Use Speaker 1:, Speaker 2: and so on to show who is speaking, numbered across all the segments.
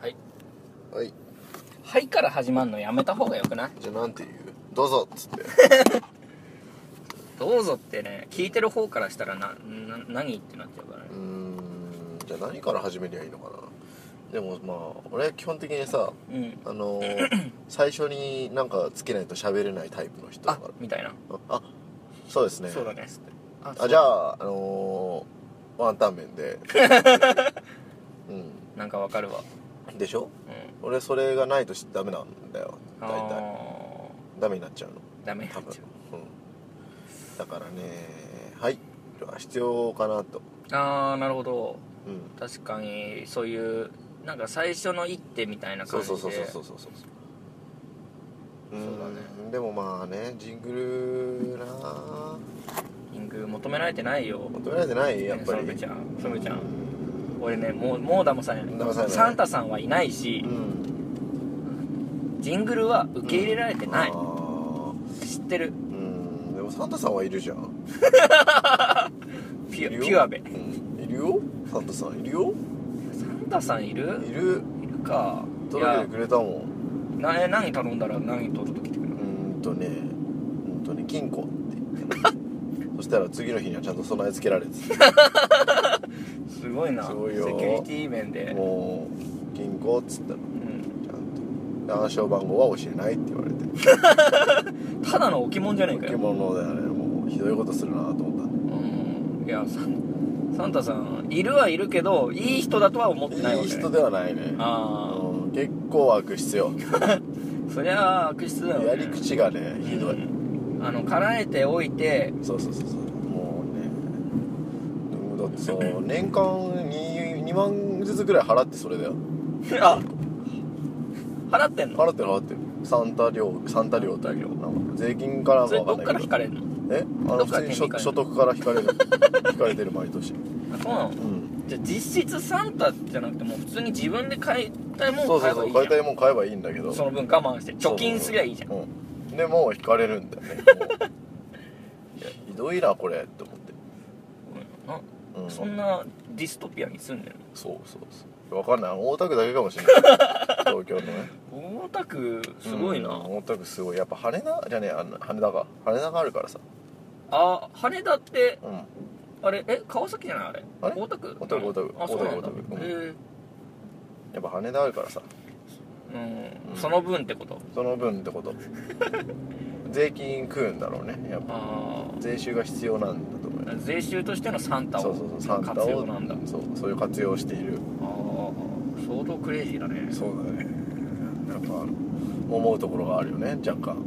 Speaker 1: はい
Speaker 2: はい
Speaker 1: 「はい」から始まるのやめた方がよくない
Speaker 2: じゃあなんて言うどうぞっつって
Speaker 1: どうぞってね聞いてる方からしたらなな何ってなっちゃうからね
Speaker 2: うーんじゃあ何から始めりゃいいのかなでもまあ俺基本的にさ
Speaker 1: うん
Speaker 2: あ のー最初になんかつけないと喋れないタイプの人だ
Speaker 1: あ
Speaker 2: から
Speaker 1: みたいな、
Speaker 2: ああそうですね
Speaker 1: そうだねつって
Speaker 2: あじゃああのーワンタン麺 で
Speaker 1: なんかわかるわ
Speaker 2: うんでしょ
Speaker 1: うん
Speaker 2: 俺それがないとしダメなんだよ大体
Speaker 1: あ
Speaker 2: ダメになっちゃうの
Speaker 1: ーダメにな
Speaker 2: 多
Speaker 1: っ
Speaker 2: 分
Speaker 1: ちゃ
Speaker 2: うんだからねはい必要かなと
Speaker 1: うああなるほど
Speaker 2: うん
Speaker 1: 確かにそういうなんか最初の一手みたいな
Speaker 2: そ
Speaker 1: 感
Speaker 2: う
Speaker 1: じで
Speaker 2: そうそうそうそうそうそ
Speaker 1: そ
Speaker 2: う
Speaker 1: うだね
Speaker 2: うんでもまあねジングルなあ
Speaker 1: リング求められてないよ
Speaker 2: 求められてないやっぱ
Speaker 1: ね
Speaker 2: り
Speaker 1: ソルベちゃんソルベちゃん俺ねもうもう騙されない
Speaker 2: 騙されない
Speaker 1: サンタさんはいないし
Speaker 2: う、ん
Speaker 1: ジングルは受け入れられてない
Speaker 2: あ、ー
Speaker 1: 知ってる
Speaker 2: うんでもサンタさんはいるじゃん
Speaker 1: ピ
Speaker 2: いる
Speaker 1: ュ
Speaker 2: よ
Speaker 1: ピュアベ
Speaker 2: うんいるよサンタさんいるよ
Speaker 1: サンタさんいる
Speaker 2: いる
Speaker 1: いるかい
Speaker 2: 届け
Speaker 1: や
Speaker 2: てくれたもん
Speaker 1: な何頼んだら何届けてくれ
Speaker 2: う
Speaker 1: るの
Speaker 2: ーんとねうんとね金庫って言 ってそしたら次の日にはちゃんと備え付けられて
Speaker 1: すごいな
Speaker 2: すごいよ
Speaker 1: セキュリティ面
Speaker 2: た
Speaker 1: で
Speaker 2: もう金庫っつったら
Speaker 1: うん
Speaker 2: ちゃんと暗証番号は教えないって言われて
Speaker 1: ただの置物じゃねえか
Speaker 2: 受け
Speaker 1: よ、
Speaker 2: 物だよねもうひどいことするなと思っ
Speaker 1: うん、いやサンサンタさんいるはいるけどいい人だとは思ってな
Speaker 2: た
Speaker 1: い
Speaker 2: い
Speaker 1: わ
Speaker 2: い
Speaker 1: け、ね
Speaker 2: 人、ではないね
Speaker 1: ああ
Speaker 2: うん結構悪質 よ
Speaker 1: そりゃあ悪質だよね
Speaker 2: やり口がねひどい、
Speaker 1: うんあのからえておいて
Speaker 2: そうそうそうそうもうねでもだってさ年間に2万ずつぐらい払ってそれだよ
Speaker 1: あ払ってんの
Speaker 2: 払ってる払ってるサンタ料サンタ料ってあげるなんか税金から
Speaker 1: それ
Speaker 2: も
Speaker 1: ど
Speaker 2: わ
Speaker 1: っ
Speaker 2: かん
Speaker 1: から
Speaker 2: ない
Speaker 1: 引
Speaker 2: け
Speaker 1: かれ
Speaker 2: ど
Speaker 1: るの
Speaker 2: えあ
Speaker 1: ど
Speaker 2: の
Speaker 1: っから
Speaker 2: 普通
Speaker 1: 手
Speaker 2: に
Speaker 1: に
Speaker 2: 所
Speaker 1: 引かれる
Speaker 2: 所得から引かれる引かれてる毎年
Speaker 1: あそうなの
Speaker 2: うん
Speaker 1: じゃあ実質サンタじゃなくてもう普通に自分で買いたいもの
Speaker 2: そ
Speaker 1: を
Speaker 2: うそ
Speaker 1: 買えば
Speaker 2: うそ
Speaker 1: いいうじゃん
Speaker 2: 買いたいもん買えばいいんだけど
Speaker 1: その分我慢して貯金すりゃいいじゃん
Speaker 2: うん、でも引かれるんだよねもういやひどいなこれって思って、
Speaker 1: な
Speaker 2: うん、
Speaker 1: そんなディストピアに住んでる
Speaker 2: そうそうそう分かんない大田区だけかも しれない東京のね
Speaker 1: の大田区すごいな、
Speaker 2: うん大田区すごいやっぱ羽田じゃねえあの羽田か羽田があるからさ
Speaker 1: あ羽田って
Speaker 2: うん
Speaker 1: あれえ川崎じゃないあれ
Speaker 2: あれ
Speaker 1: 大田区
Speaker 2: 大田区大田区
Speaker 1: あそうなんだ
Speaker 2: 大田区大田区
Speaker 1: へえ
Speaker 2: やっぱ羽田あるからさ
Speaker 1: うん
Speaker 2: うん
Speaker 1: その分ってこと
Speaker 2: その分ってこと 税金食うんだろうねやっぱ
Speaker 1: ああ
Speaker 2: 税収が必要なんだと思うよ
Speaker 1: 税収としてのサンタ
Speaker 2: そう
Speaker 1: を
Speaker 2: そうそうサンタを
Speaker 1: 活用なんだ
Speaker 2: そうそういう活用をしている
Speaker 1: ああ相当クレイジーだね
Speaker 2: そうだねなんか思うところがあるよね若干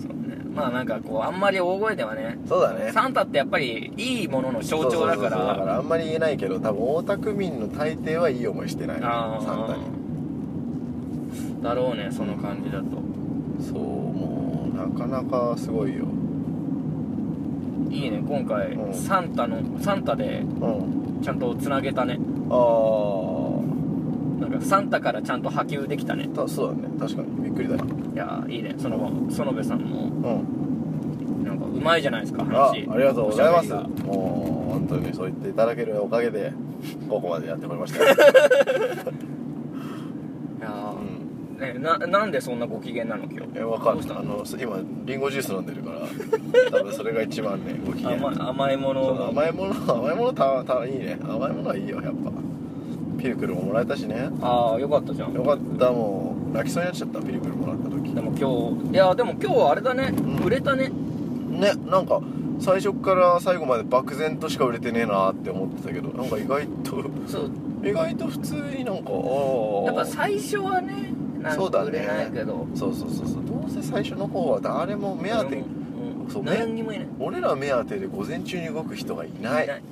Speaker 1: そうねまあなんかこうあんまり大声ではね
Speaker 2: そうだね
Speaker 1: サンタってやっぱりいいものの象徴だか
Speaker 2: そうそうそうそうだかららあんまり言えないけど多分大田区民の大抵はいい思いしてない
Speaker 1: あ
Speaker 2: サンタに
Speaker 1: ーだろうねその感じだと
Speaker 2: そうもうなかなかすごいよ
Speaker 1: いいね今回、
Speaker 2: うん
Speaker 1: サンタのサンタで
Speaker 2: うん
Speaker 1: ちゃんとつなげたね
Speaker 2: ああ
Speaker 1: なんかサンタからちゃんと波及できたね
Speaker 2: たそうだね確かにびっくりだない
Speaker 1: やーいいねその園部さんも
Speaker 2: うん
Speaker 1: なんかうまいじゃないですか
Speaker 2: ああ
Speaker 1: 話
Speaker 2: りがとうございま
Speaker 1: おし
Speaker 2: す
Speaker 1: ゃべり
Speaker 2: もう本当にそう言っていただけるおかげでここまでやってこれました ね、
Speaker 1: がいやー
Speaker 2: うん、
Speaker 1: ね、ななんでそんなご機嫌なの今日
Speaker 2: えわかん
Speaker 1: どう
Speaker 2: な
Speaker 1: し
Speaker 2: い
Speaker 1: た
Speaker 2: あ
Speaker 1: の
Speaker 2: のそ今リンゴジュース飲んでるから多分それが一番ねご機嫌
Speaker 1: 甘い甘いも
Speaker 2: そう
Speaker 1: の
Speaker 2: 甘いもの 甘いものたたいいね甘いものはいいよやっぱピルクルももらえたしね
Speaker 1: ああよかったじゃん
Speaker 2: よかったもう泣きそうになっちゃったピルクルもらった時
Speaker 1: でも今日いやでも今日はあれだね、
Speaker 2: ん
Speaker 1: 売れたね
Speaker 2: ねなんか最初から最後まで漠然としか売れてねえなって思ってたけどなんか意外と
Speaker 1: そう
Speaker 2: 意外と普通になんかああ
Speaker 1: やっぱ最初はねなん
Speaker 2: そう
Speaker 1: か
Speaker 2: だね
Speaker 1: 売れないけど
Speaker 2: そうそうそうそうどうせ最初の方は誰も目当
Speaker 1: う
Speaker 2: て
Speaker 1: ん
Speaker 2: そう
Speaker 1: 何にもいない
Speaker 2: 俺ら目当てで午前中に動く人がいない
Speaker 1: いない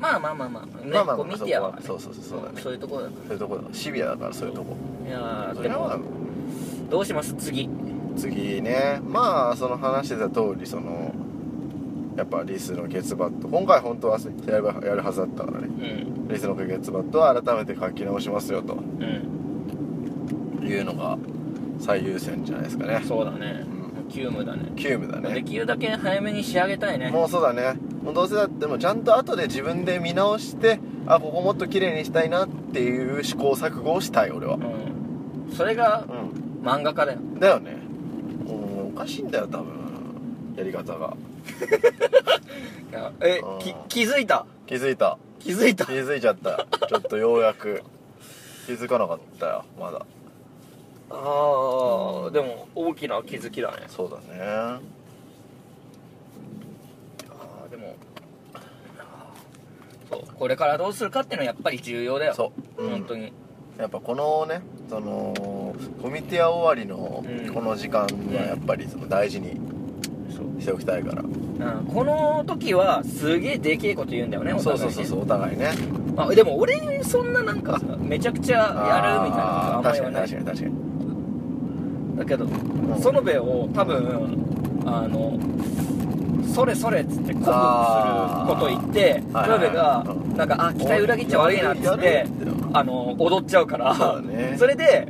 Speaker 1: まあまあまあまあ、ね、
Speaker 2: まあまあまあ
Speaker 1: こう見てやわ、ね、
Speaker 2: そこはそうそうそうそうだね
Speaker 1: そういうところだか
Speaker 2: そういうとこだシビアだからそういうとこ
Speaker 1: らいやー
Speaker 2: そ
Speaker 1: で
Speaker 2: れは
Speaker 1: もどうします次
Speaker 2: 次ねまあその話してた通りそのやっぱリスの月バット今回本当はやればやるはずだったからね
Speaker 1: うん
Speaker 2: リスの月バットは改めて書き直しますよと
Speaker 1: うん
Speaker 2: いうのが最優先じゃないですかね
Speaker 1: そうだね、
Speaker 2: ん
Speaker 1: 急務だね
Speaker 2: 急務だ
Speaker 1: で
Speaker 2: ね
Speaker 1: きるだけ早めに仕上げたいね
Speaker 2: もうそうだねもうどうせだってもうちゃんと後で自分で見直してあここもっと綺麗にしたいなっていう試行錯誤をしたい俺は
Speaker 1: うんそれが
Speaker 2: う
Speaker 1: 漫画家だよ
Speaker 2: んだよねうんおかしいんだよ多分やり方が
Speaker 1: いやえ
Speaker 2: あー
Speaker 1: き気づいた
Speaker 2: 気づいた
Speaker 1: 気づいた
Speaker 2: 気づいちゃったちょっとようやく気づかなかったよまだ
Speaker 1: ああでも大きな気づきだね
Speaker 2: そうだね
Speaker 1: ああでもあーそうこれからどうするかっていうのはやっぱり重要だよ
Speaker 2: そう、うん、
Speaker 1: 本当に
Speaker 2: やっぱこのねそのコミティア終わりの
Speaker 1: うん
Speaker 2: この時間はやっぱりその大事に
Speaker 1: そう、
Speaker 2: しておきたいから、
Speaker 1: うん、この時はすげえでけえこと言うんだよねお
Speaker 2: そ
Speaker 1: 互い
Speaker 2: う
Speaker 1: ね
Speaker 2: そうそうそうお互いね
Speaker 1: あでも俺そんななんかめちゃくちゃやるみたいなことあ
Speaker 2: あー
Speaker 1: んま言
Speaker 2: 確か
Speaker 1: わ
Speaker 2: に
Speaker 1: ない
Speaker 2: 確かに確かに
Speaker 1: だけど
Speaker 2: ん
Speaker 1: 園部を多分あのそれそれっつって鼓舞すること言って
Speaker 2: あー
Speaker 1: 園部
Speaker 2: はいはいは
Speaker 1: がなんかあ期待裏切っちゃ悪いなっつってあの踊っちゃうから
Speaker 2: そうだね
Speaker 1: それで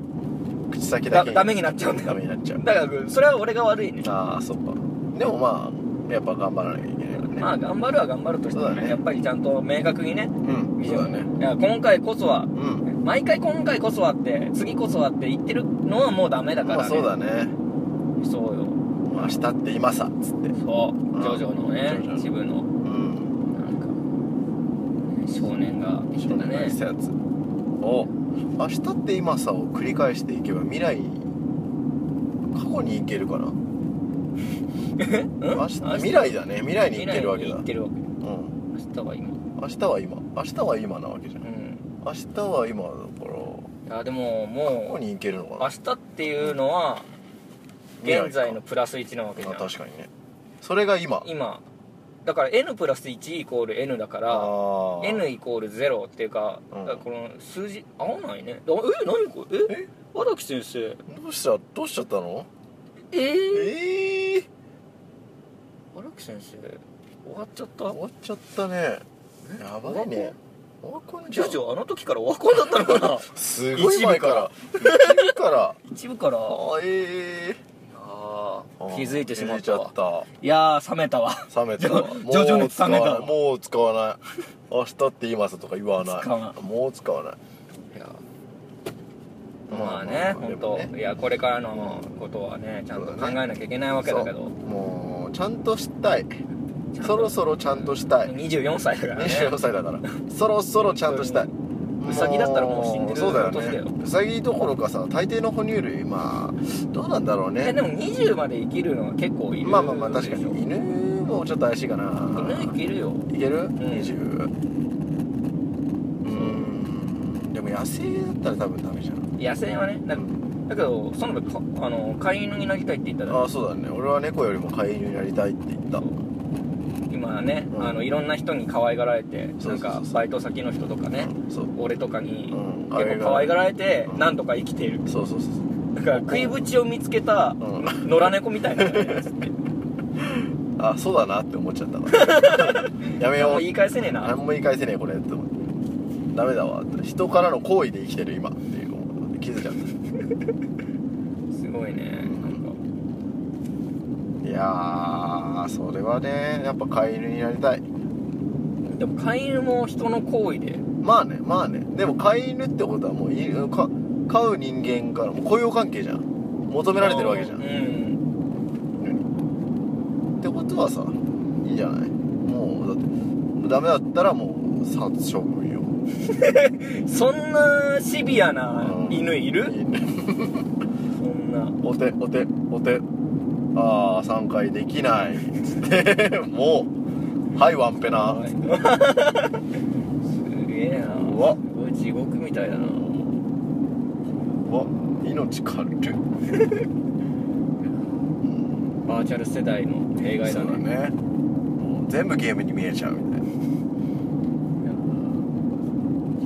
Speaker 2: 口先だ
Speaker 1: だ
Speaker 2: け
Speaker 1: ダメになっちゃうんだ
Speaker 2: ダ
Speaker 1: よ
Speaker 2: メになっちゃう
Speaker 1: だからそれは俺が悪いね
Speaker 2: ああそっかでもまあやっぱ頑張らなきゃいけないからね
Speaker 1: まあ頑張るは頑張るとしても
Speaker 2: そうだ
Speaker 1: ね
Speaker 2: ね
Speaker 1: やっぱりちゃんと明確にね
Speaker 2: うん
Speaker 1: ビ
Speaker 2: そ
Speaker 1: ジョ
Speaker 2: うだ
Speaker 1: ン
Speaker 2: ね
Speaker 1: いや今回こそは
Speaker 2: うん
Speaker 1: 毎回今回こそはって次こそはって言ってるのはもうダメだから、ね
Speaker 2: まあそうだね
Speaker 1: そうよ
Speaker 2: もう明日って今さっつって
Speaker 1: そう
Speaker 2: うん
Speaker 1: ジョジョのね
Speaker 2: ジョジョ
Speaker 1: 自分の
Speaker 2: うん
Speaker 1: なんか少年ができ
Speaker 2: そ
Speaker 1: た
Speaker 2: んな
Speaker 1: ね
Speaker 2: やつを明日って今さを繰り返していけば未来過去に行けるかな明日未来だね未来に行けるわけだ
Speaker 1: 行ってるわけ
Speaker 2: うん
Speaker 1: 明日は今
Speaker 2: 明日は今明日は今なわけじゃ
Speaker 1: うんん
Speaker 2: 明日は今だから
Speaker 1: いやでも
Speaker 2: 過
Speaker 1: も
Speaker 2: 去
Speaker 1: う
Speaker 2: に行けるのかな
Speaker 1: 明日っていうのは
Speaker 2: 未来か
Speaker 1: 現在のプラス1なわけじゃ
Speaker 2: あ
Speaker 1: ん
Speaker 2: 確かにねそれが今
Speaker 1: 今だから n プラス1イコール n だから
Speaker 2: あー
Speaker 1: n イコール0っていうか,、
Speaker 2: うん
Speaker 1: この数字合わないねだえ何これえ
Speaker 2: え
Speaker 1: 荒木先生
Speaker 2: どうしたどうしちゃったの
Speaker 1: えー、
Speaker 2: ええー、
Speaker 1: 荒木先生終わっちゃった
Speaker 2: 終わっちゃったねやばいねオワコン
Speaker 1: ジ
Speaker 2: じゃ
Speaker 1: ョ
Speaker 2: ん
Speaker 1: ジョあの時からオワコンだったのかな
Speaker 2: すごい前から 一部 から
Speaker 1: 一部から
Speaker 2: あー
Speaker 1: あ
Speaker 2: ええー、
Speaker 1: ー気づいてしまっ
Speaker 2: 気
Speaker 1: た
Speaker 2: づい
Speaker 1: わ
Speaker 2: ちゃっ
Speaker 1: いやー冷めたわ
Speaker 2: た冷めたわ
Speaker 1: ジョ
Speaker 2: もう
Speaker 1: ジョジョ熱
Speaker 2: 使
Speaker 1: 冷めた
Speaker 2: わないもう使わない明日って今さとか言わない
Speaker 1: 使わない
Speaker 2: もう使わない
Speaker 1: いや
Speaker 2: ま
Speaker 1: ま
Speaker 2: あ
Speaker 1: あ
Speaker 2: まあ
Speaker 1: ね
Speaker 2: で
Speaker 1: 本
Speaker 2: も
Speaker 1: 当、
Speaker 2: ね
Speaker 1: いやこれからのことはねちゃんと考えなきゃいけないわけだけど
Speaker 2: もうちゃんとしたい
Speaker 1: ちゃんと
Speaker 2: そろそろちゃんとしたい
Speaker 1: 24歳だからね
Speaker 2: 24歳だからそろそろちゃんとしたい
Speaker 1: にウサギだったらもう死んでる
Speaker 2: そうだよ
Speaker 1: 年だよ
Speaker 2: ねウサギどころかさ大抵の哺乳類まあどうなんだろう
Speaker 1: いや
Speaker 2: ね
Speaker 1: でも20まで生きるのは結構いる
Speaker 2: まあまあまあ確か
Speaker 1: でしょ
Speaker 2: に犬もちょっと怪しいかな
Speaker 1: 犬生きるよ
Speaker 2: いける、20うんでも野生だったら多分ダメじゃん
Speaker 1: 野生はねだだけどその分かあの飼い犬になりたいって言ったら
Speaker 2: ああそうだね俺は猫よりも飼い犬になりたいって言った
Speaker 1: 今ね、
Speaker 2: うん
Speaker 1: あのいろんな人に可愛がられて
Speaker 2: そうそうそう
Speaker 1: なんかバイト先の人とかね、
Speaker 2: そう
Speaker 1: 俺とかに、
Speaker 2: うん
Speaker 1: 結構可愛がられて、
Speaker 2: うん
Speaker 1: なんとか生きている
Speaker 2: そうそうそう
Speaker 1: だから食いぶちを見つけた
Speaker 2: そう、うん、
Speaker 1: 野良猫みたい なのねつって
Speaker 2: あそうだなって思っちゃっ たからやめよ
Speaker 1: もう
Speaker 2: う
Speaker 1: 言い返せねえな
Speaker 2: 何も言い返せねえこれって思ってダメだわって人からの行為で生きてる今っていうのを気づいちゃっ
Speaker 1: すごいねなん
Speaker 2: たいやーそれはねやっぱ飼い犬になりたい
Speaker 1: かでも飼い犬も人の行為で
Speaker 2: まあねまあねでも飼い犬ってことはもういか飼う人間からも雇用関係じゃん求められてるわけじゃん
Speaker 1: う
Speaker 2: っ
Speaker 1: ん
Speaker 2: てことはさいいじゃないもうだってダメだったらもう殺処分よ
Speaker 1: そんなシビアな
Speaker 2: うん
Speaker 1: 犬いる、
Speaker 2: いいね
Speaker 1: そんな
Speaker 2: お手お手お手ああ3回できないつって もうはいワンペナ
Speaker 1: すげえな
Speaker 2: うわ
Speaker 1: すごい地獄みたいだな
Speaker 2: わ命軽 い
Speaker 1: バーチャル世代の弊害
Speaker 2: そ
Speaker 1: だ
Speaker 2: うだ
Speaker 1: ね
Speaker 2: ねもう全部ゲームに見えちゃうみたいない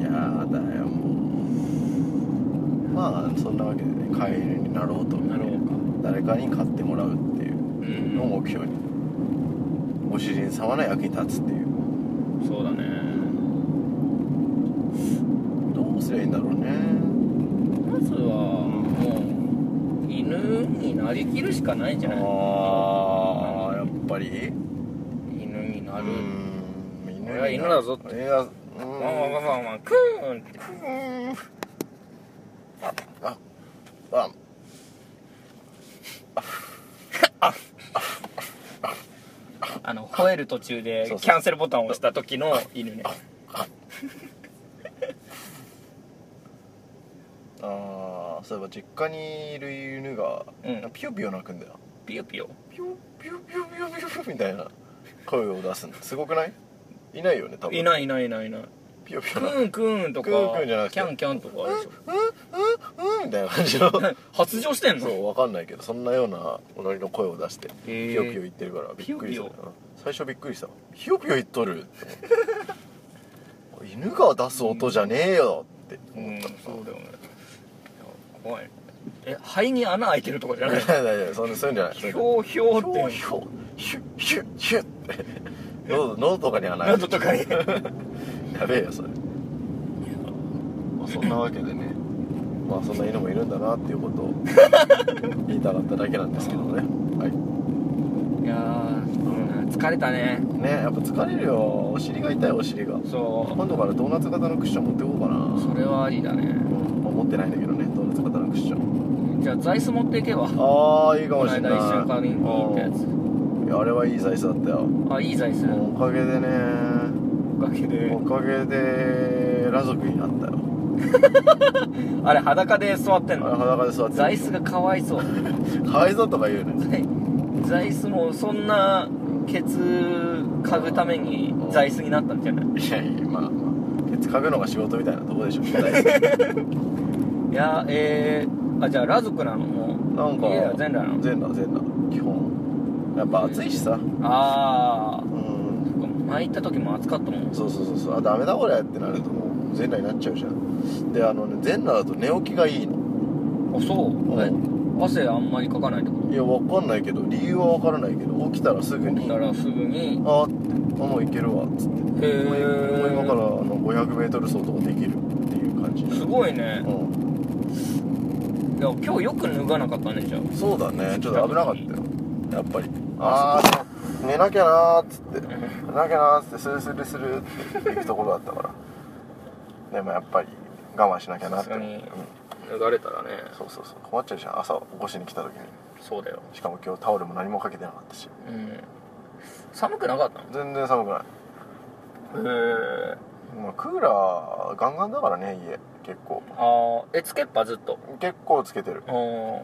Speaker 2: やーだよもうまあそんなわけでね飼い犬になろうと
Speaker 1: なろうか
Speaker 2: 誰かに飼ってもらうっていう
Speaker 1: う
Speaker 2: の
Speaker 1: ん
Speaker 2: を目標にご主人様の役に立つっていう
Speaker 1: そうだね
Speaker 2: どうすりゃいいんだろうね
Speaker 1: まずはもう犬にななりきるしかないんじゃない
Speaker 2: ああやっぱり
Speaker 1: 犬にな
Speaker 2: う
Speaker 1: る
Speaker 2: ん犬にな
Speaker 1: 俺は犬だぞって
Speaker 2: 犬だうん
Speaker 1: 「ワンワンワンワンワンクーン!」って
Speaker 2: うんあああ
Speaker 1: あの吠える途中で
Speaker 2: そうそう
Speaker 1: キャンセルボタンを押した時の犬ね
Speaker 2: あーそういえば実家にいる犬が、
Speaker 1: うん
Speaker 2: ピヨピヨ鳴くんだよ
Speaker 1: ピヨピヨ
Speaker 2: ピヨピヨピヨピヨピヨみたいな声を出すのすごくないいないよね多分
Speaker 1: いないいないいないいない
Speaker 2: ピヨピ
Speaker 1: ク
Speaker 2: ヨ鳴く
Speaker 1: ーンクーンとか
Speaker 2: クーンクーンじゃなくて
Speaker 1: キャンキャンとかあるでしょ
Speaker 2: うんうんうんみたいな感じの
Speaker 1: 発情してん
Speaker 2: そ
Speaker 1: の
Speaker 2: うわかんないけどそんなような己の声を出して
Speaker 1: へー
Speaker 2: ピヨピヨ言ってるからびっくり
Speaker 1: ピ
Speaker 2: した
Speaker 1: ヨピ
Speaker 2: うん最初びっくりしたピヨピヨ言っとるって思って犬が出す音じゃねえよって
Speaker 1: うん
Speaker 2: 思った、
Speaker 1: そうだよねいや怖いねえ肺に穴開いてるとかじゃ
Speaker 2: い
Speaker 1: な
Speaker 2: や
Speaker 1: い
Speaker 2: いやいや そんなそういうんじゃない
Speaker 1: ひょうひょう
Speaker 2: ひ
Speaker 1: っ
Speaker 2: ょう
Speaker 1: て
Speaker 2: ひょうヒュッヒュッヒュッって喉喉とかにはない
Speaker 1: 喉とかに
Speaker 2: やべえよそれ、まあ、そんなわけでねまあそんな犬もいるんだなっていうことを 言いたかっただけなんですけどねはい
Speaker 1: いやーうん疲れたね
Speaker 2: ねやっぱ疲れるよお尻が痛いお尻が
Speaker 1: そ
Speaker 2: 今度からドーナツ型のクッション持ってこうか
Speaker 1: うそ
Speaker 2: な
Speaker 1: れはありだね
Speaker 2: うんまあ持ってないんだけどねドーナツ型のクッション
Speaker 1: じゃあ座椅子持っていけば
Speaker 2: ああいいか
Speaker 1: こ
Speaker 2: も
Speaker 1: の
Speaker 2: しれな
Speaker 1: 間
Speaker 2: い
Speaker 1: 一緒に買いに行ったやつ
Speaker 2: いやあれはいい材質だったよ
Speaker 1: あいい座椅
Speaker 2: も
Speaker 1: 子
Speaker 2: うおかげでね
Speaker 1: おかげで
Speaker 2: おかげで裸族になったよ
Speaker 1: あれ裸で座ってん
Speaker 2: あれ
Speaker 1: の
Speaker 2: 裸で座って
Speaker 1: 座椅子がかわいそう座
Speaker 2: がかわいそうとか言うね
Speaker 1: 椅子もそんなケツ嗅ぐために座椅子になったんじゃない
Speaker 2: いやいやまあまあケツ嗅ぐのが仕事みたいなと こでしょ
Speaker 1: いやえー、あじゃあラ族なのもう
Speaker 2: なんか
Speaker 1: いや全裸なの
Speaker 2: 全裸全裸基本やっぱ暑いしさ
Speaker 1: ああ
Speaker 2: うん
Speaker 1: 前行った時も暑かったもん
Speaker 2: そうそうそうそうあダメだこれってなるともう全裸になっちゃうじゃんであのね全裸だと寝起きがいいの
Speaker 1: あそう
Speaker 2: うん
Speaker 1: え汗あんまりかかないってこ
Speaker 2: いやわかんないけど理由はわからないけど起きたらすぐ
Speaker 1: と起
Speaker 2: に
Speaker 1: きたらすぐに
Speaker 2: あーってあもういけるわっつって
Speaker 1: へえ
Speaker 2: もう今からあの 500m 走とかできるっていう感じ
Speaker 1: すごいね
Speaker 2: うん
Speaker 1: いや今日よく脱がなかったねじゃあ
Speaker 2: そうだねちょっと危なかったよやっぱりああ寝なきゃなーっつって寝なきゃなーっつってスルスルスルって行くところだったからでもやっぱり我慢しなきゃなって、
Speaker 1: さ
Speaker 2: う
Speaker 1: すが
Speaker 2: ん
Speaker 1: に、脱がれたらね
Speaker 2: そうそうそう困っちゃうじゃん朝起こしに来た時に
Speaker 1: そうだよ
Speaker 2: しかも今日タオルも何もかけてなかったし
Speaker 1: うん寒くなかった
Speaker 2: 全然寒くない、
Speaker 1: のへえ
Speaker 2: まあ、クーラーガンガンだからね家結構
Speaker 1: ああえつけっぱずっと
Speaker 2: 結構つけてる
Speaker 1: おー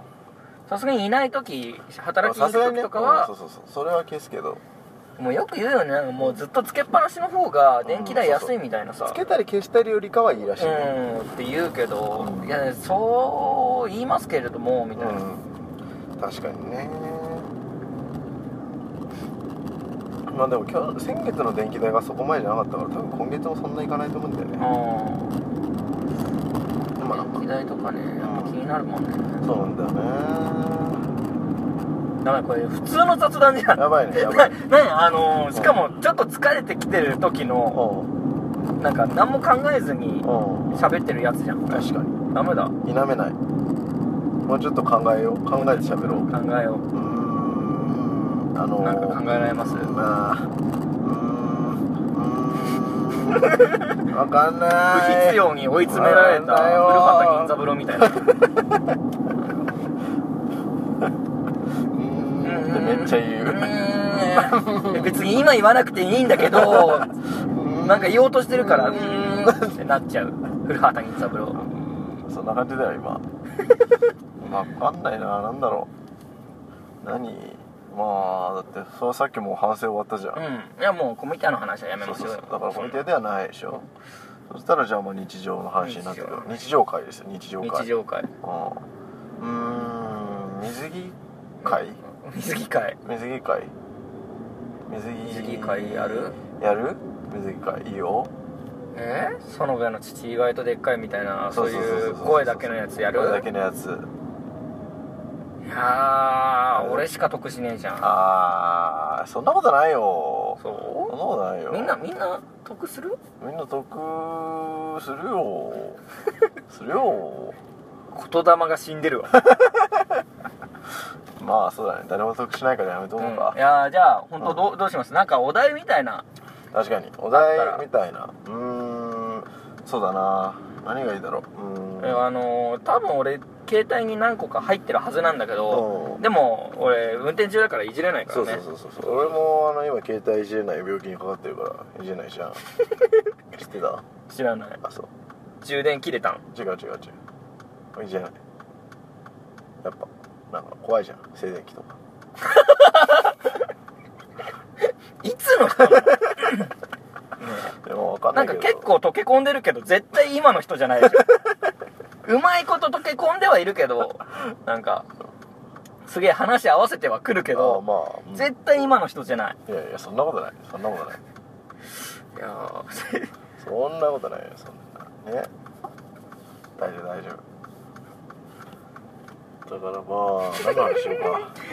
Speaker 1: さすがにいない時働きに行く時とか
Speaker 2: あ
Speaker 1: は
Speaker 2: さすがにねうんそうそうそうそれは消すけど
Speaker 1: もうよく言うよねなんかもうずっとつけっぱなしの方が電気代
Speaker 2: うん
Speaker 1: 安
Speaker 2: そうそう
Speaker 1: いみたいなさ
Speaker 2: つけたり消したりよりかはいいらしい、
Speaker 1: う
Speaker 2: ね
Speaker 1: んって言うけどいやそう言いますけれどもみたいな、
Speaker 2: うん、確かにねまあでも今日先月の電気代がそこまでじゃなかったから多分今月もそんないかないと思うんだよね
Speaker 1: あ
Speaker 2: 今な
Speaker 1: あ
Speaker 2: んか
Speaker 1: 機材とかねやっぱ気になるもんね
Speaker 2: そうなんだよね
Speaker 1: だからこれ普通の雑談じゃん
Speaker 2: やばい ねやば
Speaker 1: ないねあのーしかもちょっと疲れてきてる時の
Speaker 2: う
Speaker 1: なんか何も考えずに
Speaker 2: んうん
Speaker 1: 喋ってるやつじゃん
Speaker 2: 確かに
Speaker 1: ダメだ
Speaker 2: 否めないもうちょっと考えよう考えて喋ろうう
Speaker 1: 考えよ
Speaker 2: ーんあの
Speaker 1: う
Speaker 2: ー
Speaker 1: なんか考えられます
Speaker 2: まあうーんうーんわかんない
Speaker 1: 不必要に追い詰められた古
Speaker 2: なんだよ
Speaker 1: 畑任三郎みたいな
Speaker 2: うーんって めっちゃ言う
Speaker 1: うーん 別に今言わなくていいんだけどなんか言おうとしてるからうーんってなっちゃう古畑任三郎
Speaker 2: そんな感じだよ今わかんないななんだろう何まあだってそうさっきもう反省終わったじゃん、
Speaker 1: うんいやもうコミティアの話はやめ
Speaker 2: そ
Speaker 1: ま
Speaker 2: う
Speaker 1: し
Speaker 2: そ
Speaker 1: ょう
Speaker 2: うそ
Speaker 1: よ
Speaker 2: うだからこれではないでしょそしたらじゃあまあ日常の話になってくる日常会ですよ日常会
Speaker 1: 日常会
Speaker 2: うんうーん水着会
Speaker 1: 水着会
Speaker 2: 水着会水着
Speaker 1: 水着会やる
Speaker 2: やる水着会いいよ
Speaker 1: えーその上の父意外とでっかいみたいなそうい
Speaker 2: そうそうそう
Speaker 1: う
Speaker 2: そう
Speaker 1: 声だけのやつやる
Speaker 2: これだけのやつ
Speaker 1: いやー俺しか得しねえじゃん
Speaker 2: あーそんなことないよそん
Speaker 1: そ
Speaker 2: なことないうよ
Speaker 1: みんなみんな得する
Speaker 2: みんな得するよするよ
Speaker 1: 言霊が死んでるわ
Speaker 2: まあそうだね誰も得しないからやめとこうか
Speaker 1: い、やーじゃあ本当どうどうしますなんかお題みたいな
Speaker 2: 確かにお
Speaker 1: あったら
Speaker 2: 題みたいなうーんそうだな何がいいだろううーん
Speaker 1: あのー多分俺携帯に何個か入ってるはずなんだけど
Speaker 2: うん
Speaker 1: でも俺運転中だからいじれないか
Speaker 2: そ
Speaker 1: ら
Speaker 2: う
Speaker 1: ね
Speaker 2: そうそうそうそう俺もあの今携帯いじれない病気にかかってるからいじれない じゃん知ってた
Speaker 1: 知らない
Speaker 2: あそう
Speaker 1: 充電切れたん
Speaker 2: 違う違う違ういじれないやっぱなんか怖いじゃん静電気とか
Speaker 1: いつの人なのね
Speaker 2: でも分かん
Speaker 1: な
Speaker 2: なんい
Speaker 1: か
Speaker 2: けど
Speaker 1: 結構溶け込んでるけど絶対今の人じゃないでし ょうまいこと溶け込んではいるけどなんかすげえ話合わせてはくるけ
Speaker 2: あー
Speaker 1: ど
Speaker 2: まあ、うん
Speaker 1: 絶対今の人じゃない
Speaker 2: いやいやそんなことないそんなことない
Speaker 1: いや
Speaker 2: そんなことないよそんなね大丈夫大丈夫だからまあ何の話しよ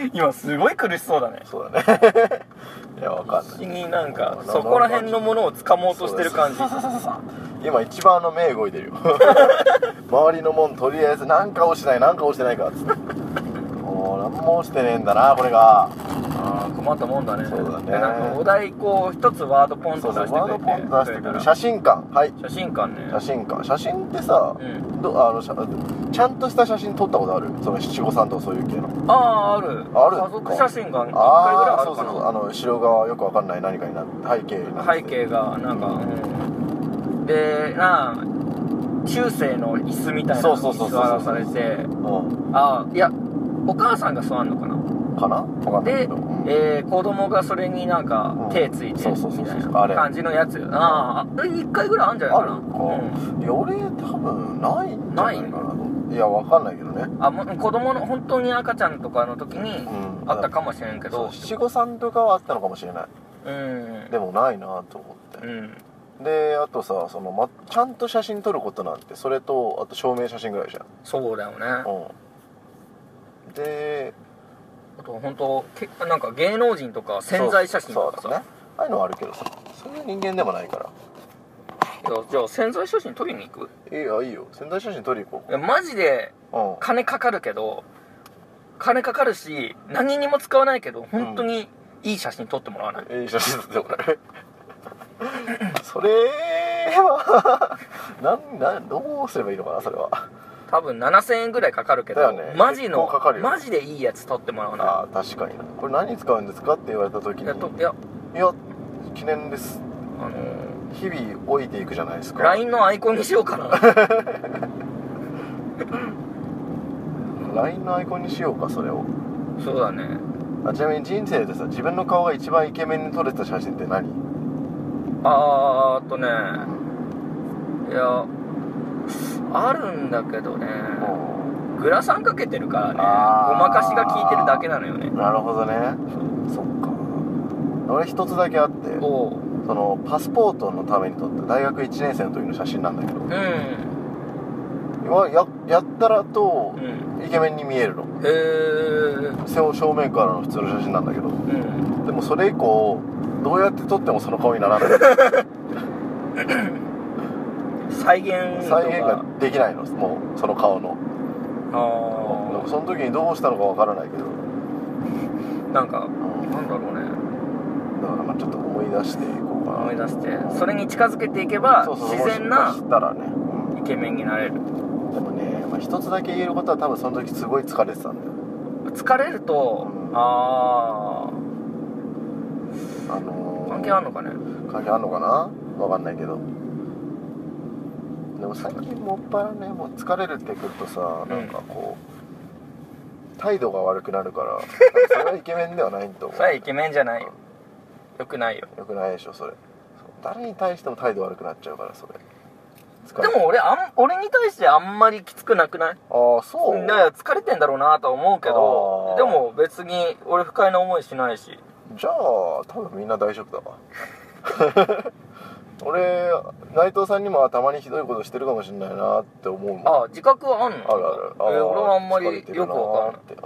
Speaker 2: う
Speaker 1: 今すごい苦しそうだね
Speaker 2: かそうだね いやわかん
Speaker 1: 不
Speaker 2: な
Speaker 1: 思議
Speaker 2: い
Speaker 1: になんかそこら辺のものを掴もうとしてる感じ
Speaker 2: そうそうそうそう今一番あの目動いてるよ 周りのもんとりあえずなんか落ちてないなんか落ちてないかっつってもう何も落ちてねえんだなこれが
Speaker 1: ああ困ったもんだね
Speaker 2: そうだね
Speaker 1: でなんかお題こう一つワードポン
Speaker 2: そ
Speaker 1: と
Speaker 2: う
Speaker 1: 出
Speaker 2: そ
Speaker 1: し
Speaker 2: う
Speaker 1: て
Speaker 2: ワ
Speaker 1: く
Speaker 2: ー
Speaker 1: れて
Speaker 2: ドポンと出してく
Speaker 1: それか
Speaker 2: る
Speaker 1: ら
Speaker 2: 写真館はい
Speaker 1: 写真館ね
Speaker 2: 写真館写真ってさ、
Speaker 1: うん
Speaker 2: どあの写ちゃんとした写真撮ったことあるその七五三とかそういう系の
Speaker 1: ああある
Speaker 2: ある
Speaker 1: 家族写真が1回ぐらい
Speaker 2: あ
Speaker 1: あ
Speaker 2: あそ
Speaker 1: る
Speaker 2: うそ
Speaker 1: か
Speaker 2: う
Speaker 1: な
Speaker 2: そうあの後ろ側よくわかんない何かになって背景になって
Speaker 1: 背景がなんか、うんでなあ中世の椅子みたいな
Speaker 2: そう
Speaker 1: の
Speaker 2: そう
Speaker 1: に
Speaker 2: そう
Speaker 1: 座
Speaker 2: そう
Speaker 1: らされて
Speaker 2: う
Speaker 1: ああいやお母さんが座んのかなん
Speaker 2: かなわかんない
Speaker 1: で
Speaker 2: けど、うん
Speaker 1: えー子供がそれになんか
Speaker 2: うん
Speaker 1: 手ついて
Speaker 2: そうそうそう
Speaker 1: みた
Speaker 2: そう
Speaker 1: い
Speaker 2: あ
Speaker 1: な
Speaker 2: れ
Speaker 1: 感じのやつああ1回ぐらいあるんじゃないかな
Speaker 2: あるかいや俺多分ないんじゃないかなと思っていやわかんないけどね
Speaker 1: うん、あもう子供の本当に赤ちゃんとかの時に
Speaker 2: うん
Speaker 1: あったかもしれんけ
Speaker 2: そ
Speaker 1: ど
Speaker 2: う七五三とかはあったのかもしれない
Speaker 1: うん
Speaker 2: でもないなと思
Speaker 1: う
Speaker 2: って、
Speaker 1: ん
Speaker 2: であとさその、ま、ちゃんと写真撮ることなんてそれとあと証明写真ぐらいじゃん
Speaker 1: そうだよねあ
Speaker 2: うんで
Speaker 1: と本当結構なんか芸能人とか潜在写真とか
Speaker 2: そ
Speaker 1: さ、
Speaker 2: うだねああいうのはあるけどさそういう人間でもないから
Speaker 1: いやじゃあ潜在写真撮りに行く
Speaker 2: いいよいいよ潜在写真撮り行こ
Speaker 1: いやマジで
Speaker 2: ううん
Speaker 1: 金かかるけど金かかるし何にも使わないけど本当にいい写真撮ってもらわない、
Speaker 2: いい写真撮ってもらえるそれ は なんなんどうすればいいのかなそれは
Speaker 1: 多分7000円ぐらいかかるけど、
Speaker 2: だよね
Speaker 1: マジの
Speaker 2: 結構かかるよ
Speaker 1: マジでいいやつ撮ってもらわな
Speaker 2: ああ確かになこれ何に使うんですかって言われた時
Speaker 1: い
Speaker 2: に
Speaker 1: いやといや
Speaker 2: いや記念です
Speaker 1: あのー
Speaker 2: 日々老いていくじゃないですか
Speaker 1: LINE のアイコンにしようか な
Speaker 2: LINE のアイコンにしようかそれを
Speaker 1: そうだね
Speaker 2: あちなみに人生でさ自分の顔が一番イケメンに撮れた写真って何
Speaker 1: あーっとねいやあるんだけどねグラサンかけてるからねご
Speaker 2: あー
Speaker 1: まかしが効いてるだけなのよね
Speaker 2: なるほどねそっか俺一つだけあって
Speaker 1: おう
Speaker 2: そのパスポートのために撮った大学1年生の時の写真なんだけど
Speaker 1: うん
Speaker 2: わややったらと
Speaker 1: うん
Speaker 2: イケメンに見えるの
Speaker 1: へえ
Speaker 2: 正正面からの普通の写真なんだけど
Speaker 1: うん
Speaker 2: でもそれ以降どうやって撮ってもその顔にな らない
Speaker 1: 再現度
Speaker 2: 再現ができないのもうその顔の
Speaker 1: あ
Speaker 2: その時にどうしたのかわからないけど、
Speaker 1: あなんか
Speaker 2: うんだ
Speaker 1: なんだろうね
Speaker 2: からまあちょっと思い出していこうかな
Speaker 1: 思い出してそれに近づけていけば
Speaker 2: そうそう
Speaker 1: 自然
Speaker 2: もし
Speaker 1: な
Speaker 2: かしたらね、
Speaker 1: イケメンになれる
Speaker 2: うんでもね、まあ、一つだけ言えることは多分その時すごい疲れてたんだよ
Speaker 1: 疲れると
Speaker 2: うん
Speaker 1: あ
Speaker 2: あの
Speaker 1: あ
Speaker 2: ー
Speaker 1: 関係あんのかね
Speaker 2: 関係あんのかなわかんないけどでも最近もっぱらねもう疲れるってくるとさなんかこう、態度が悪くなるからそれはイケメンではないと思う
Speaker 1: それはイケメンじゃないよよくないよ
Speaker 2: よくないでしょそれそう誰に対しても態度悪くなっちゃうからそれ疲
Speaker 1: でも俺あん俺に対してあんまりきつくなくない
Speaker 2: ああそう
Speaker 1: だから疲れてんだろうなとは思うけど
Speaker 2: あー
Speaker 1: でも別に俺不快な思いしないし
Speaker 2: じゃあ多分みんな大丈夫だわ 俺内藤さんにもあたまにひどいことしてるかもしれないなって思うもん
Speaker 1: ああ自覚はあんの
Speaker 2: あるあるあ
Speaker 1: えー俺はあんまり
Speaker 2: 疲れてる
Speaker 1: よくわかんない
Speaker 2: って、う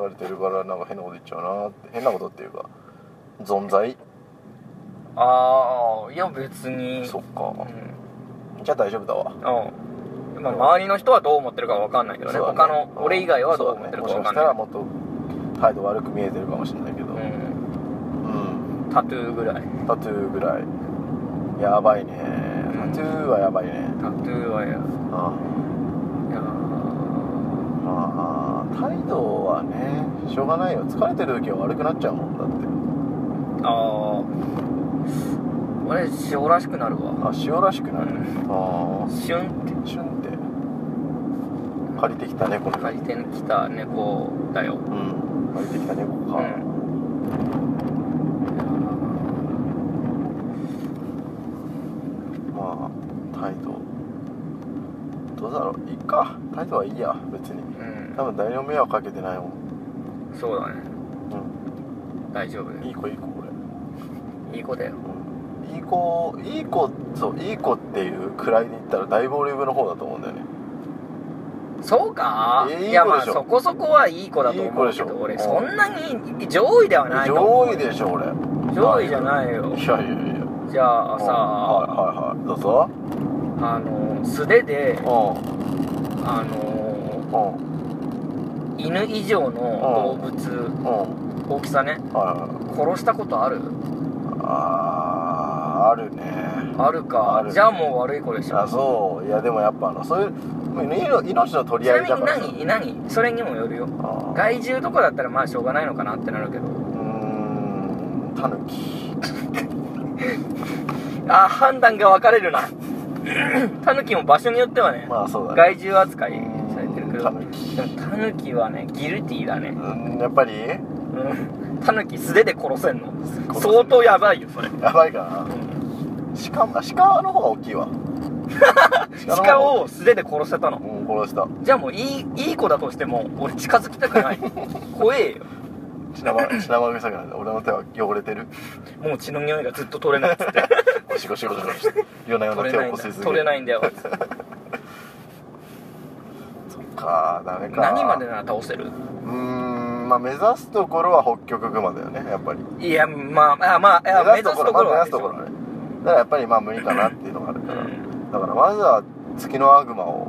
Speaker 2: ん、疲れてるからなんか変なこと言っちゃうなって変なことっていうか存在、
Speaker 1: ああいや別に
Speaker 2: そっか
Speaker 1: うん
Speaker 2: じゃあ大丈夫だわ
Speaker 1: うん、まあ、周りの人はどう思ってるかわかんないけどね
Speaker 2: そうだ
Speaker 1: 他
Speaker 2: ね
Speaker 1: の
Speaker 2: うん
Speaker 1: 俺以外はどう思ってるか
Speaker 2: そう
Speaker 1: わかん
Speaker 2: だね
Speaker 1: ない
Speaker 2: もしかしたらもっ態度悪く見えてるかもしれないけど、
Speaker 1: うん
Speaker 2: うん、
Speaker 1: タトゥーぐらい
Speaker 2: タトゥーぐらいやばいねタトゥーはやばいね
Speaker 1: タトゥーはやいや
Speaker 2: ああまあ態度はねしょうがないよ疲れてる時は悪くなっちゃうもんだって
Speaker 1: ーあー俺塩らしくなるわ
Speaker 2: あ塩らしくなる、
Speaker 1: う
Speaker 2: ああ
Speaker 1: シュンって
Speaker 2: シュンって借りてきた猫
Speaker 1: 借りてきた猫だよ
Speaker 2: うん借りてきた猫か、
Speaker 1: うん
Speaker 2: まあ態度どうだろういいか態度はいいや別に
Speaker 1: うん
Speaker 2: 多分誰にも迷惑かけてないもん、
Speaker 1: そうだね大丈夫
Speaker 2: うん、いい子いい子これ、
Speaker 1: いい子だよ
Speaker 2: うん、いい子いい子そういい子っていう位に行ったらだいぶ俺上の方だと思うんだよね
Speaker 1: そうか
Speaker 2: えーいい子でしょ
Speaker 1: やまあそこそこはいい子だと
Speaker 2: いい子
Speaker 1: 思う
Speaker 2: で
Speaker 1: け
Speaker 2: しょ
Speaker 1: ど
Speaker 2: う
Speaker 1: 俺
Speaker 2: ん
Speaker 1: そんなに上位ではないと思う
Speaker 2: 上位でしょ俺
Speaker 1: 上位じゃないよ
Speaker 2: いやいやいやいや
Speaker 1: じゃあ
Speaker 2: うんはい
Speaker 1: さ
Speaker 2: はいはいどうぞ
Speaker 1: あの素手で
Speaker 2: う
Speaker 1: あの
Speaker 2: んうん
Speaker 1: 犬以上の動物
Speaker 2: うん
Speaker 1: 大きさね
Speaker 2: はいはいはい
Speaker 1: 殺したことある
Speaker 2: あーあるね
Speaker 1: あるか
Speaker 2: ある
Speaker 1: じゃあもう悪い子でし
Speaker 2: あ
Speaker 1: ょそう
Speaker 2: そういやでもやっぱあのそういうもう命命の取
Speaker 1: ち
Speaker 2: り合い
Speaker 1: な
Speaker 2: だ
Speaker 1: み
Speaker 2: からさ
Speaker 1: に何何それにもよるよ
Speaker 2: あー
Speaker 1: 害獣とかだったらまあしょうがないのかなってなるけど
Speaker 2: うーんタヌキ
Speaker 1: あー判断が分かれるな タヌキも場所によってはね
Speaker 2: まあそうだね
Speaker 1: 害獣扱いされてるけど
Speaker 2: タヌキ
Speaker 1: でもタヌキはねギルティーだね
Speaker 2: うーんやっぱり
Speaker 1: うんタヌキ素手で殺せんの
Speaker 2: せん
Speaker 1: 相当やばいよそれ
Speaker 2: やばいかな鹿もあ鹿の方が大きいわの 方が
Speaker 1: 鹿を素手で殺せたの
Speaker 2: うん殺した
Speaker 1: じゃあもういいいい子だとしても俺近づきた くない怖えよ
Speaker 2: 血生血生臭くなる俺の手は汚れてる
Speaker 1: もう血の匂いがずっと取れないっつって
Speaker 2: ゴシゴシゴシゴシ夜な 夜
Speaker 1: 取れ
Speaker 2: な手
Speaker 1: ない
Speaker 2: を
Speaker 1: ん
Speaker 2: こ
Speaker 1: だ
Speaker 2: すりすぎ
Speaker 1: 取れないんだよ
Speaker 2: そっかダメか
Speaker 1: 何までなら倒せる
Speaker 2: うーんまあ目指すところは北極熊だよねやっぱり
Speaker 1: いやまああまあいや目指すところ
Speaker 2: まあ
Speaker 1: は
Speaker 2: 目指
Speaker 1: でし
Speaker 2: すとこ
Speaker 1: ょ
Speaker 2: ろはねだからやっぱりまあ無理かなっていうのがあるから、
Speaker 1: うん
Speaker 2: だからまずは月のアグマを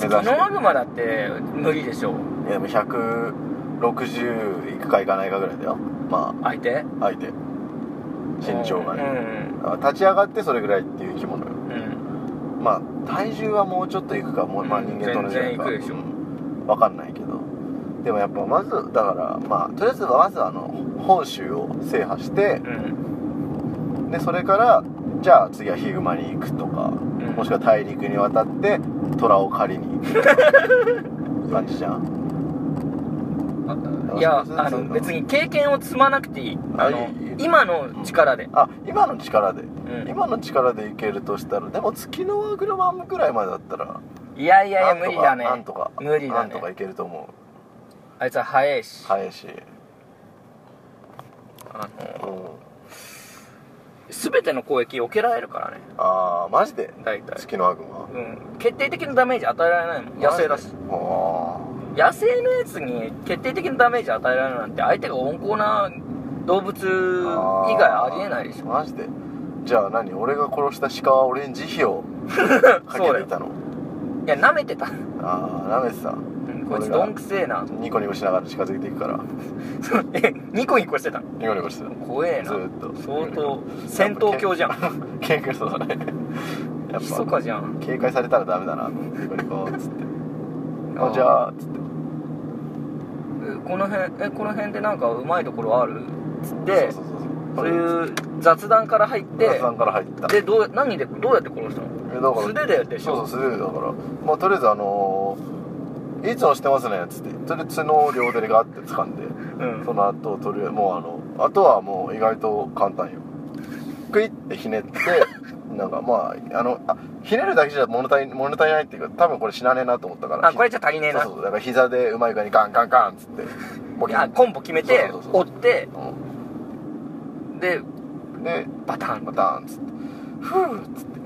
Speaker 2: 目指して
Speaker 1: ツキノワグマだって無理でしょ
Speaker 2: いやでも160いくかいかないかぐらいだよま
Speaker 1: 相手
Speaker 2: あ相手身長が
Speaker 1: う
Speaker 2: ね、
Speaker 1: ん
Speaker 2: だから立ち上がってそれぐらいっていう生き物よ
Speaker 1: うん
Speaker 2: まあ体重はもうちょっといくかもう、まあ、
Speaker 1: うん
Speaker 2: 人間と同じぐらいか
Speaker 1: 全然いくでしょ
Speaker 2: うんわかんないけどでもやっぱまずだからまあとりあえずはまずあの本州を制覇して
Speaker 1: うん
Speaker 2: でそれからじゃあ次はヒグマに行くとか、
Speaker 1: ん
Speaker 2: もしくは大陸に渡って虎を狩りに行くとか感じじゃん
Speaker 1: いや
Speaker 2: そうそうそう
Speaker 1: あの別に経験を積まなくていい
Speaker 2: あ
Speaker 1: あの
Speaker 2: いいいい
Speaker 1: 今の力で
Speaker 2: あ今の力で、
Speaker 1: ん
Speaker 2: 今の力でいけるとしたらでも月のグロマンぐらいまでだったら
Speaker 1: いやいやいや
Speaker 2: なんと
Speaker 1: 無
Speaker 2: か
Speaker 1: 理だね
Speaker 2: なんとか
Speaker 1: 無理だ
Speaker 2: なん
Speaker 1: ね
Speaker 2: とかいけると思う
Speaker 1: あいつは早いし、
Speaker 2: 早いし、
Speaker 1: あの
Speaker 2: うん、
Speaker 1: 全ての攻撃避けられるからね
Speaker 2: ああマジで
Speaker 1: 大体
Speaker 2: 月の悪魔
Speaker 1: うん決定的なダメージ与えられないもん野生だし
Speaker 2: ああ
Speaker 1: 野生のやつに決定的なダメージ与えられるなんて相手が温厚な動物以外ありえないでしょ
Speaker 2: マジでじゃあ何俺が殺した鹿は俺に慈 悲をかけていたの
Speaker 1: いや舐めてた、
Speaker 2: ああなめてさ
Speaker 1: うんこいつどんくせえな
Speaker 2: ニコニコしながら近づいていくから
Speaker 1: そうえニコニコしてたの
Speaker 2: ニコニコし てる
Speaker 1: 怖えな
Speaker 2: ずーっと
Speaker 1: 相当戦闘狂じゃん
Speaker 2: 警戒そうだねやっ
Speaker 1: ひそ
Speaker 2: ぱ
Speaker 1: かじゃん
Speaker 2: 警戒されたらダメだなニコニコっつってあ
Speaker 1: ー
Speaker 2: じゃあつって
Speaker 1: えこの辺えこの辺でなんかうまいところあるつって
Speaker 2: そうそうそう
Speaker 1: そ
Speaker 2: そ
Speaker 1: うういう雑談から入って
Speaker 2: さんから入った
Speaker 1: でどう何でどうやって殺したの
Speaker 2: えだから
Speaker 1: 素手ででし
Speaker 2: そうそ
Speaker 1: ょ
Speaker 2: う素手でだからまあとりあえずあのーいつもしてますねっつってそれで角を両手でガッて掴んで
Speaker 1: うん
Speaker 2: その後とりあえずもうあのあとはもう意外と簡単よクイッてひねってなんかまああのあひねるだけじゃ物足り物足りないっていうか多分これ死なねえなと思ったから
Speaker 1: あこれじゃ足りねえな
Speaker 2: そうそうだから膝でうまい具合にガンガンガンっつってボキン
Speaker 1: あコンボ決めて
Speaker 2: そうそうそう
Speaker 1: 追ってで
Speaker 2: うんで
Speaker 1: バタン
Speaker 2: バターンっつってふうっつって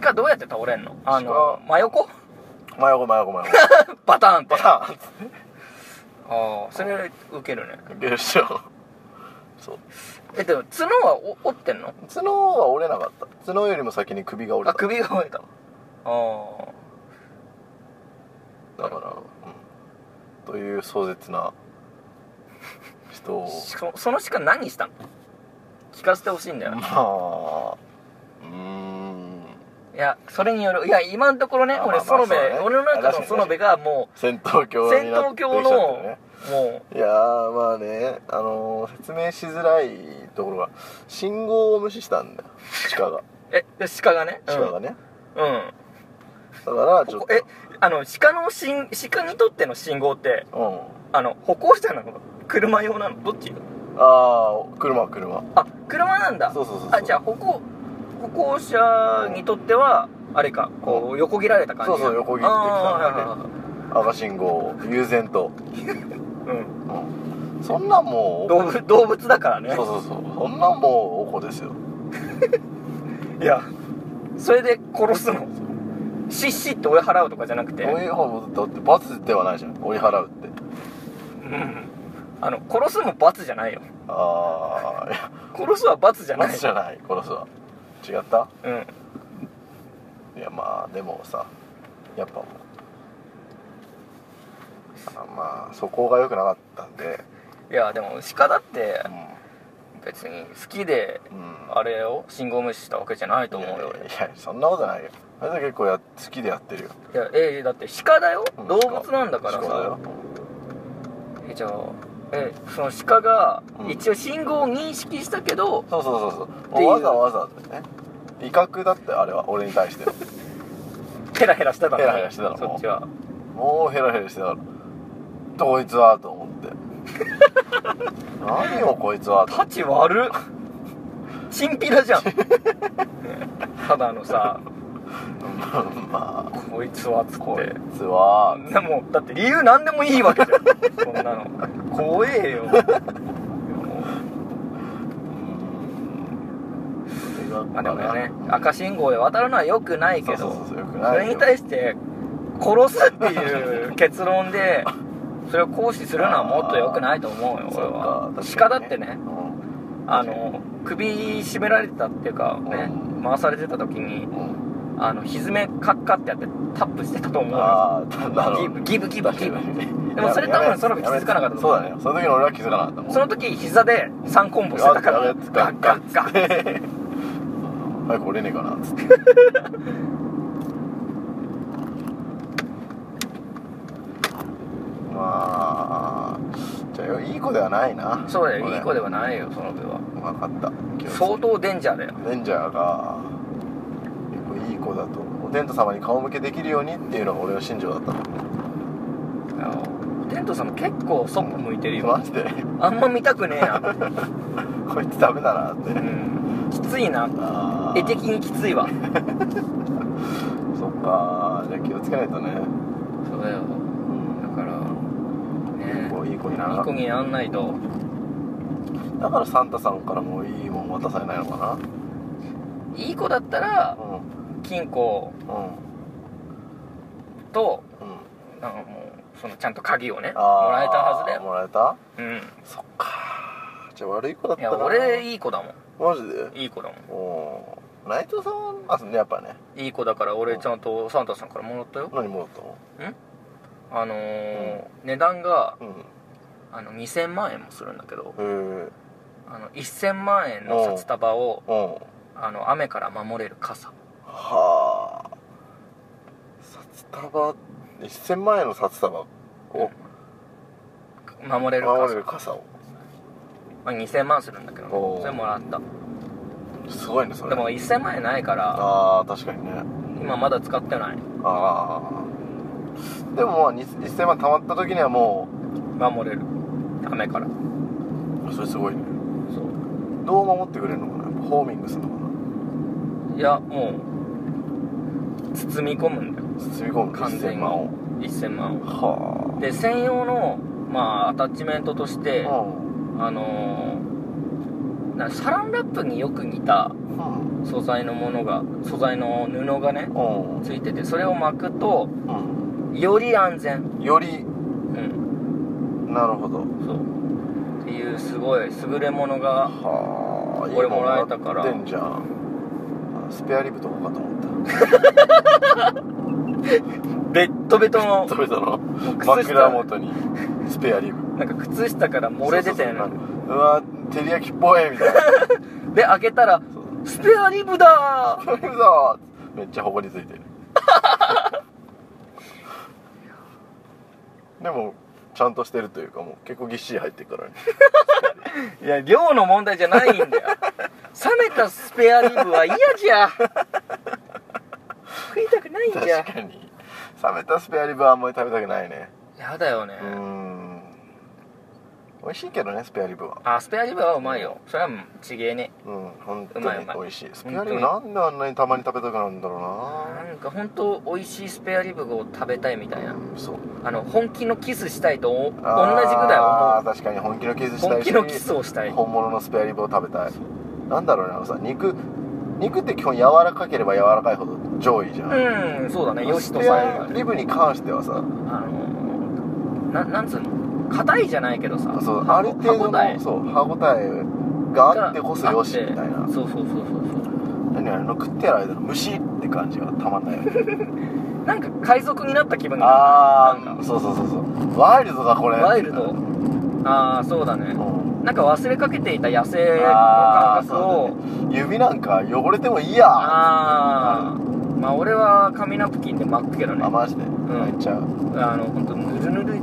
Speaker 1: 鹿どうやって倒れんのあの真横
Speaker 2: 真横真横真横
Speaker 1: バタンって
Speaker 2: バ
Speaker 1: あ
Speaker 2: ターンっつって
Speaker 1: あそれ受けるね
Speaker 2: 受けるっしょそう
Speaker 1: えでも角はお折ってんの
Speaker 2: 角は折れなかった角よりも先に首が折れ
Speaker 1: あ
Speaker 2: た
Speaker 1: 首が折れたああ
Speaker 2: だから、うん、という壮絶なと
Speaker 1: そその鹿何したの聞かせてほしいんだよ
Speaker 2: ま
Speaker 1: な、
Speaker 2: あ うーん
Speaker 1: いやそれによるいや今のところね
Speaker 2: まあ
Speaker 1: 俺
Speaker 2: まあま
Speaker 1: 園
Speaker 2: あ
Speaker 1: 部、
Speaker 2: そうだね
Speaker 1: 俺の中の園部がも
Speaker 2: 戦闘
Speaker 1: う
Speaker 2: 狂
Speaker 1: 戦
Speaker 2: になっ
Speaker 1: 闘
Speaker 2: てきちゃ
Speaker 1: 狂
Speaker 2: っ
Speaker 1: の
Speaker 2: てるね
Speaker 1: も
Speaker 2: いやーまあねあのー説明しづらいところが信号を無視したんだよ鹿が
Speaker 1: うえで鹿がね
Speaker 2: 鹿がね、
Speaker 1: うん、うん
Speaker 2: だからちょ
Speaker 1: ここ
Speaker 2: っ
Speaker 1: とえあの鹿の信鹿にとっての信号って
Speaker 2: うん
Speaker 1: あの歩行者なの車用なのどっち
Speaker 2: ああ車車
Speaker 1: あ車なんだ
Speaker 2: そうそうそうそう
Speaker 1: あじゃあ歩行歩行者にとってはあれかこう横切られた感じ
Speaker 2: そうそう横切ってきた
Speaker 1: あ
Speaker 2: 赤信号悠然と、
Speaker 1: ーはいはいはいうん
Speaker 2: うん、そんなんもう
Speaker 1: 動物動物だからね
Speaker 2: そうそうそうそんなんもうおこですよ
Speaker 1: いやそれで殺すのシッシッて追い払うとかじゃなくて、
Speaker 2: 追い払うだって罰ではないじゃん追い払うって
Speaker 1: うんあの殺すも罰じゃないよ
Speaker 2: ああいや
Speaker 1: 殺すは罰じゃない
Speaker 2: 罰じゃない殺すは違った
Speaker 1: うん
Speaker 2: いやまあでもさやっぱあまあそこが良くなかったんで
Speaker 1: いやでも鹿だって
Speaker 2: う
Speaker 1: 別に好きで
Speaker 2: ん、うん、
Speaker 1: あれを信号無視したわけじゃないと思うよ
Speaker 2: いやいやいやそんなことないよあれだけ結構や好きでやってるよ
Speaker 1: いやええだって鹿だよ
Speaker 2: うん
Speaker 1: 動物なんだから
Speaker 2: 鹿だよ
Speaker 1: さえじゃあえその鹿が
Speaker 2: うん
Speaker 1: 一応信号を認識したけど、
Speaker 2: そうそうそうそう
Speaker 1: ていう
Speaker 2: もうわざわざね威嚇だってあれは俺に対して は
Speaker 1: ヘラヘラしてたの
Speaker 2: ヘラヘラしてたの
Speaker 1: そっちは
Speaker 2: もうヘラヘラしてたからどいつはと思って 何をこいつはと
Speaker 1: タチ悪っチンピラじ ゃんただのさ
Speaker 2: まあ
Speaker 1: こいつはっつっ
Speaker 2: こ
Speaker 1: て
Speaker 2: いつは
Speaker 1: でもだって理由何でもいいわけじゃんそんなの怖え よまあでもね赤信号で渡るのは良くないけ
Speaker 2: そう
Speaker 1: ど
Speaker 2: そうそうよく
Speaker 1: そ
Speaker 2: ないよ
Speaker 1: れに対して殺すっていう結論 でそれを行使するのはもっと良くないと思うよ俺は
Speaker 2: そう
Speaker 1: 鹿だ
Speaker 2: か確かに
Speaker 1: ってね
Speaker 2: うん
Speaker 1: あの首絞められてたっていうかね
Speaker 2: うん
Speaker 1: 回されてた時に
Speaker 2: うん
Speaker 1: あのひずめカッカってやってタップしてたと思うよ
Speaker 2: ああなるほ
Speaker 1: ギ
Speaker 2: ど
Speaker 1: ブギブギブギブで
Speaker 2: で
Speaker 1: もそれ多分その時気づかなかったと
Speaker 2: そう
Speaker 1: 思う
Speaker 2: だねその時の俺は気づかなかったもん
Speaker 1: その時膝で3コンボしてたからガ
Speaker 2: やべ
Speaker 1: ッ
Speaker 2: や
Speaker 1: ガ
Speaker 2: べ
Speaker 1: ッガッガッ
Speaker 2: 早く折れねえかなっつって まあじゃあいい子ではないな
Speaker 1: そうだよいい子で
Speaker 2: は
Speaker 1: はないよその分は
Speaker 2: 分かった
Speaker 1: 相当デンジャーだよ
Speaker 2: レンジャーが結構いい子だとお天道様に顔向けできるようにっていうのが俺の信条だったの
Speaker 1: あのテントさんも結構そっぽ向いてるよ
Speaker 2: マジで
Speaker 1: あんま見たくねえな
Speaker 2: こいつダメだなって
Speaker 1: うんきついな
Speaker 2: あー
Speaker 1: 絵的にきついわ
Speaker 2: そっかじゃあ気をつけないとね
Speaker 1: そうだよだからね
Speaker 2: こういい子になら
Speaker 1: いい
Speaker 2: な
Speaker 1: 子にやんないと
Speaker 2: だからサンタさんからもいいもん渡されないのか
Speaker 1: いい子だったら
Speaker 2: なうん
Speaker 1: 金庫
Speaker 2: うん
Speaker 1: と
Speaker 2: うん
Speaker 1: なんかもうそのちゃんと鍵をねも
Speaker 2: あー
Speaker 1: らえたはずだよ
Speaker 2: もらえた
Speaker 1: うん
Speaker 2: そっかじゃあ悪い子だっ
Speaker 1: い
Speaker 2: た
Speaker 1: や
Speaker 2: な
Speaker 1: 俺いい子だも
Speaker 2: マジで
Speaker 1: んいい子だもん
Speaker 2: おー内藤さんはあそうねやっぱね
Speaker 1: いい子だから俺ちゃんとサンタさんからもらったよ
Speaker 2: 何もらったの
Speaker 1: あのー値段が
Speaker 2: うん
Speaker 1: あの2000万円もするんだけど
Speaker 2: へえ
Speaker 1: あの1000万円の札束を
Speaker 2: うん
Speaker 1: あの雨から守れる傘
Speaker 2: はあ札束1000万円の札束を
Speaker 1: 守れる
Speaker 2: 守れ
Speaker 1: 傘
Speaker 2: る傘を
Speaker 1: まあ、2000万するんだけど
Speaker 2: おー
Speaker 1: それもらった
Speaker 2: すごいねそれ
Speaker 1: でも1000万円ないから
Speaker 2: ああ確かにね
Speaker 1: 今まだ使ってない
Speaker 2: ああでもまあに1000万貯まった時にはも
Speaker 1: 守れる雨から
Speaker 2: うそれすごいね
Speaker 1: そう
Speaker 2: どう守ってくれるのかなやっぱホーミングするのかない
Speaker 1: やもう包み込むんだよ
Speaker 2: 包み込む
Speaker 1: 完全
Speaker 2: 1000
Speaker 1: に
Speaker 2: 万を
Speaker 1: 1000万を
Speaker 2: は
Speaker 1: で専用のまあアタッチメントとして
Speaker 2: あうん
Speaker 1: あのーなサランラップによく似た
Speaker 2: うん
Speaker 1: 素材のものが素材の布がね
Speaker 2: うん
Speaker 1: ついててそれを巻くと
Speaker 2: う
Speaker 1: より安全
Speaker 2: んより
Speaker 1: うん
Speaker 2: なるほど
Speaker 1: そうっていうすごい優れものが
Speaker 2: はあ
Speaker 1: これもらえたから
Speaker 2: ってんじゃんあスペアリブとかかと思った
Speaker 1: ベッドベトの
Speaker 2: それだろ
Speaker 1: 靴下
Speaker 2: 枕元にスペアリブ
Speaker 1: なんか靴下から漏れ出て
Speaker 2: る
Speaker 1: る
Speaker 2: うわ照り焼きっぽいみたいな
Speaker 1: で開けたら「スペアリブだー!
Speaker 2: そういうぞめっちゃほこりついてるでもちゃんとしてるというかもう結構ぎっしり入ってるからね」
Speaker 1: いや量の問題じゃないん だよ冷めたスペアリブは嫌じゃ食いたくないんじゃ
Speaker 2: 確かに冷めたスペアリブはあんまり食べたくないね
Speaker 1: やだよね
Speaker 2: うーん美味しいけどねスペアリブは
Speaker 1: あスペアリブはうまいよそれはちげえね
Speaker 2: うん本当
Speaker 1: う
Speaker 2: に
Speaker 1: まいうまい
Speaker 2: 美味しいスペアリブなんであんなにたまに食べたくなるんだろうな
Speaker 1: なんか本当美味しいスペアリブを食べたいみたいな
Speaker 2: うんそう
Speaker 1: あの本気のキスしたいとお同じぐ
Speaker 2: あ
Speaker 1: ら
Speaker 2: ー確かに本気のキス
Speaker 1: い
Speaker 2: した
Speaker 1: 思う
Speaker 2: い
Speaker 1: 本気のキスをしたい
Speaker 2: 本物のスペアリブを食べたいなんだろうねあのさ肉肉って基本柔らかければ柔らかいほど上位じゃん、
Speaker 1: うんそうだねよし
Speaker 2: ス
Speaker 1: と
Speaker 2: ペ
Speaker 1: さん
Speaker 2: ア
Speaker 1: が
Speaker 2: リブに関してはさ
Speaker 1: あのななんつうの硬いじゃないけどさ
Speaker 2: そう
Speaker 1: 歯
Speaker 2: ある程度
Speaker 1: 歯応え
Speaker 2: のそう歯応えがあってこそよしみた
Speaker 1: あ
Speaker 2: い
Speaker 1: っ
Speaker 2: な
Speaker 1: てそうそうそうそうそ
Speaker 2: 何あの食ってる間の虫って感じがたまんないよ ね
Speaker 1: うなんか海賊になった気分が
Speaker 2: あ
Speaker 1: なん
Speaker 2: あ
Speaker 1: か
Speaker 2: そうそうそうそうワイルドだこれ
Speaker 1: ワイルドああそうだね
Speaker 2: うん
Speaker 1: なんか忘れかけていた野生の
Speaker 2: あ
Speaker 1: 感
Speaker 2: ー
Speaker 1: 覚を
Speaker 2: そうだね指なんか汚れてもいいやあ
Speaker 1: ああまあ俺は紙ナプキンで巻くけどね
Speaker 2: マジで泣いちゃう
Speaker 1: あの本当ぬるぬる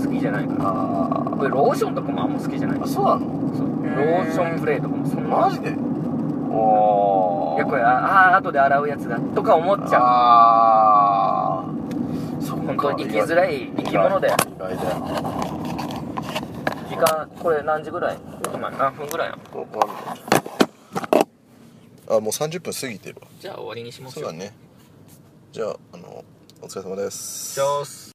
Speaker 1: 好きじゃないから
Speaker 2: あ
Speaker 1: 俺ローションとかもあんま好きじゃない
Speaker 2: ー
Speaker 1: そ
Speaker 2: あ
Speaker 1: う
Speaker 2: そうなの
Speaker 1: ロ
Speaker 2: へー
Speaker 1: ーションプレイとかもそんな
Speaker 2: マジでおお
Speaker 1: いやこれああー後で洗うやつだとか思っちゃ
Speaker 2: ああーそっ
Speaker 1: う
Speaker 2: か
Speaker 1: 本当に生きづらい生き物だよ
Speaker 2: 意外だよな
Speaker 1: 時間これ何時ぐらい今何分ぐらいなの
Speaker 2: わかんないあもう30分過ぎてるわ
Speaker 1: じゃあ終わりにしまし
Speaker 2: そ
Speaker 1: ょ
Speaker 2: う
Speaker 1: う
Speaker 2: だねじゃああのお疲れ様です
Speaker 1: じゃあっす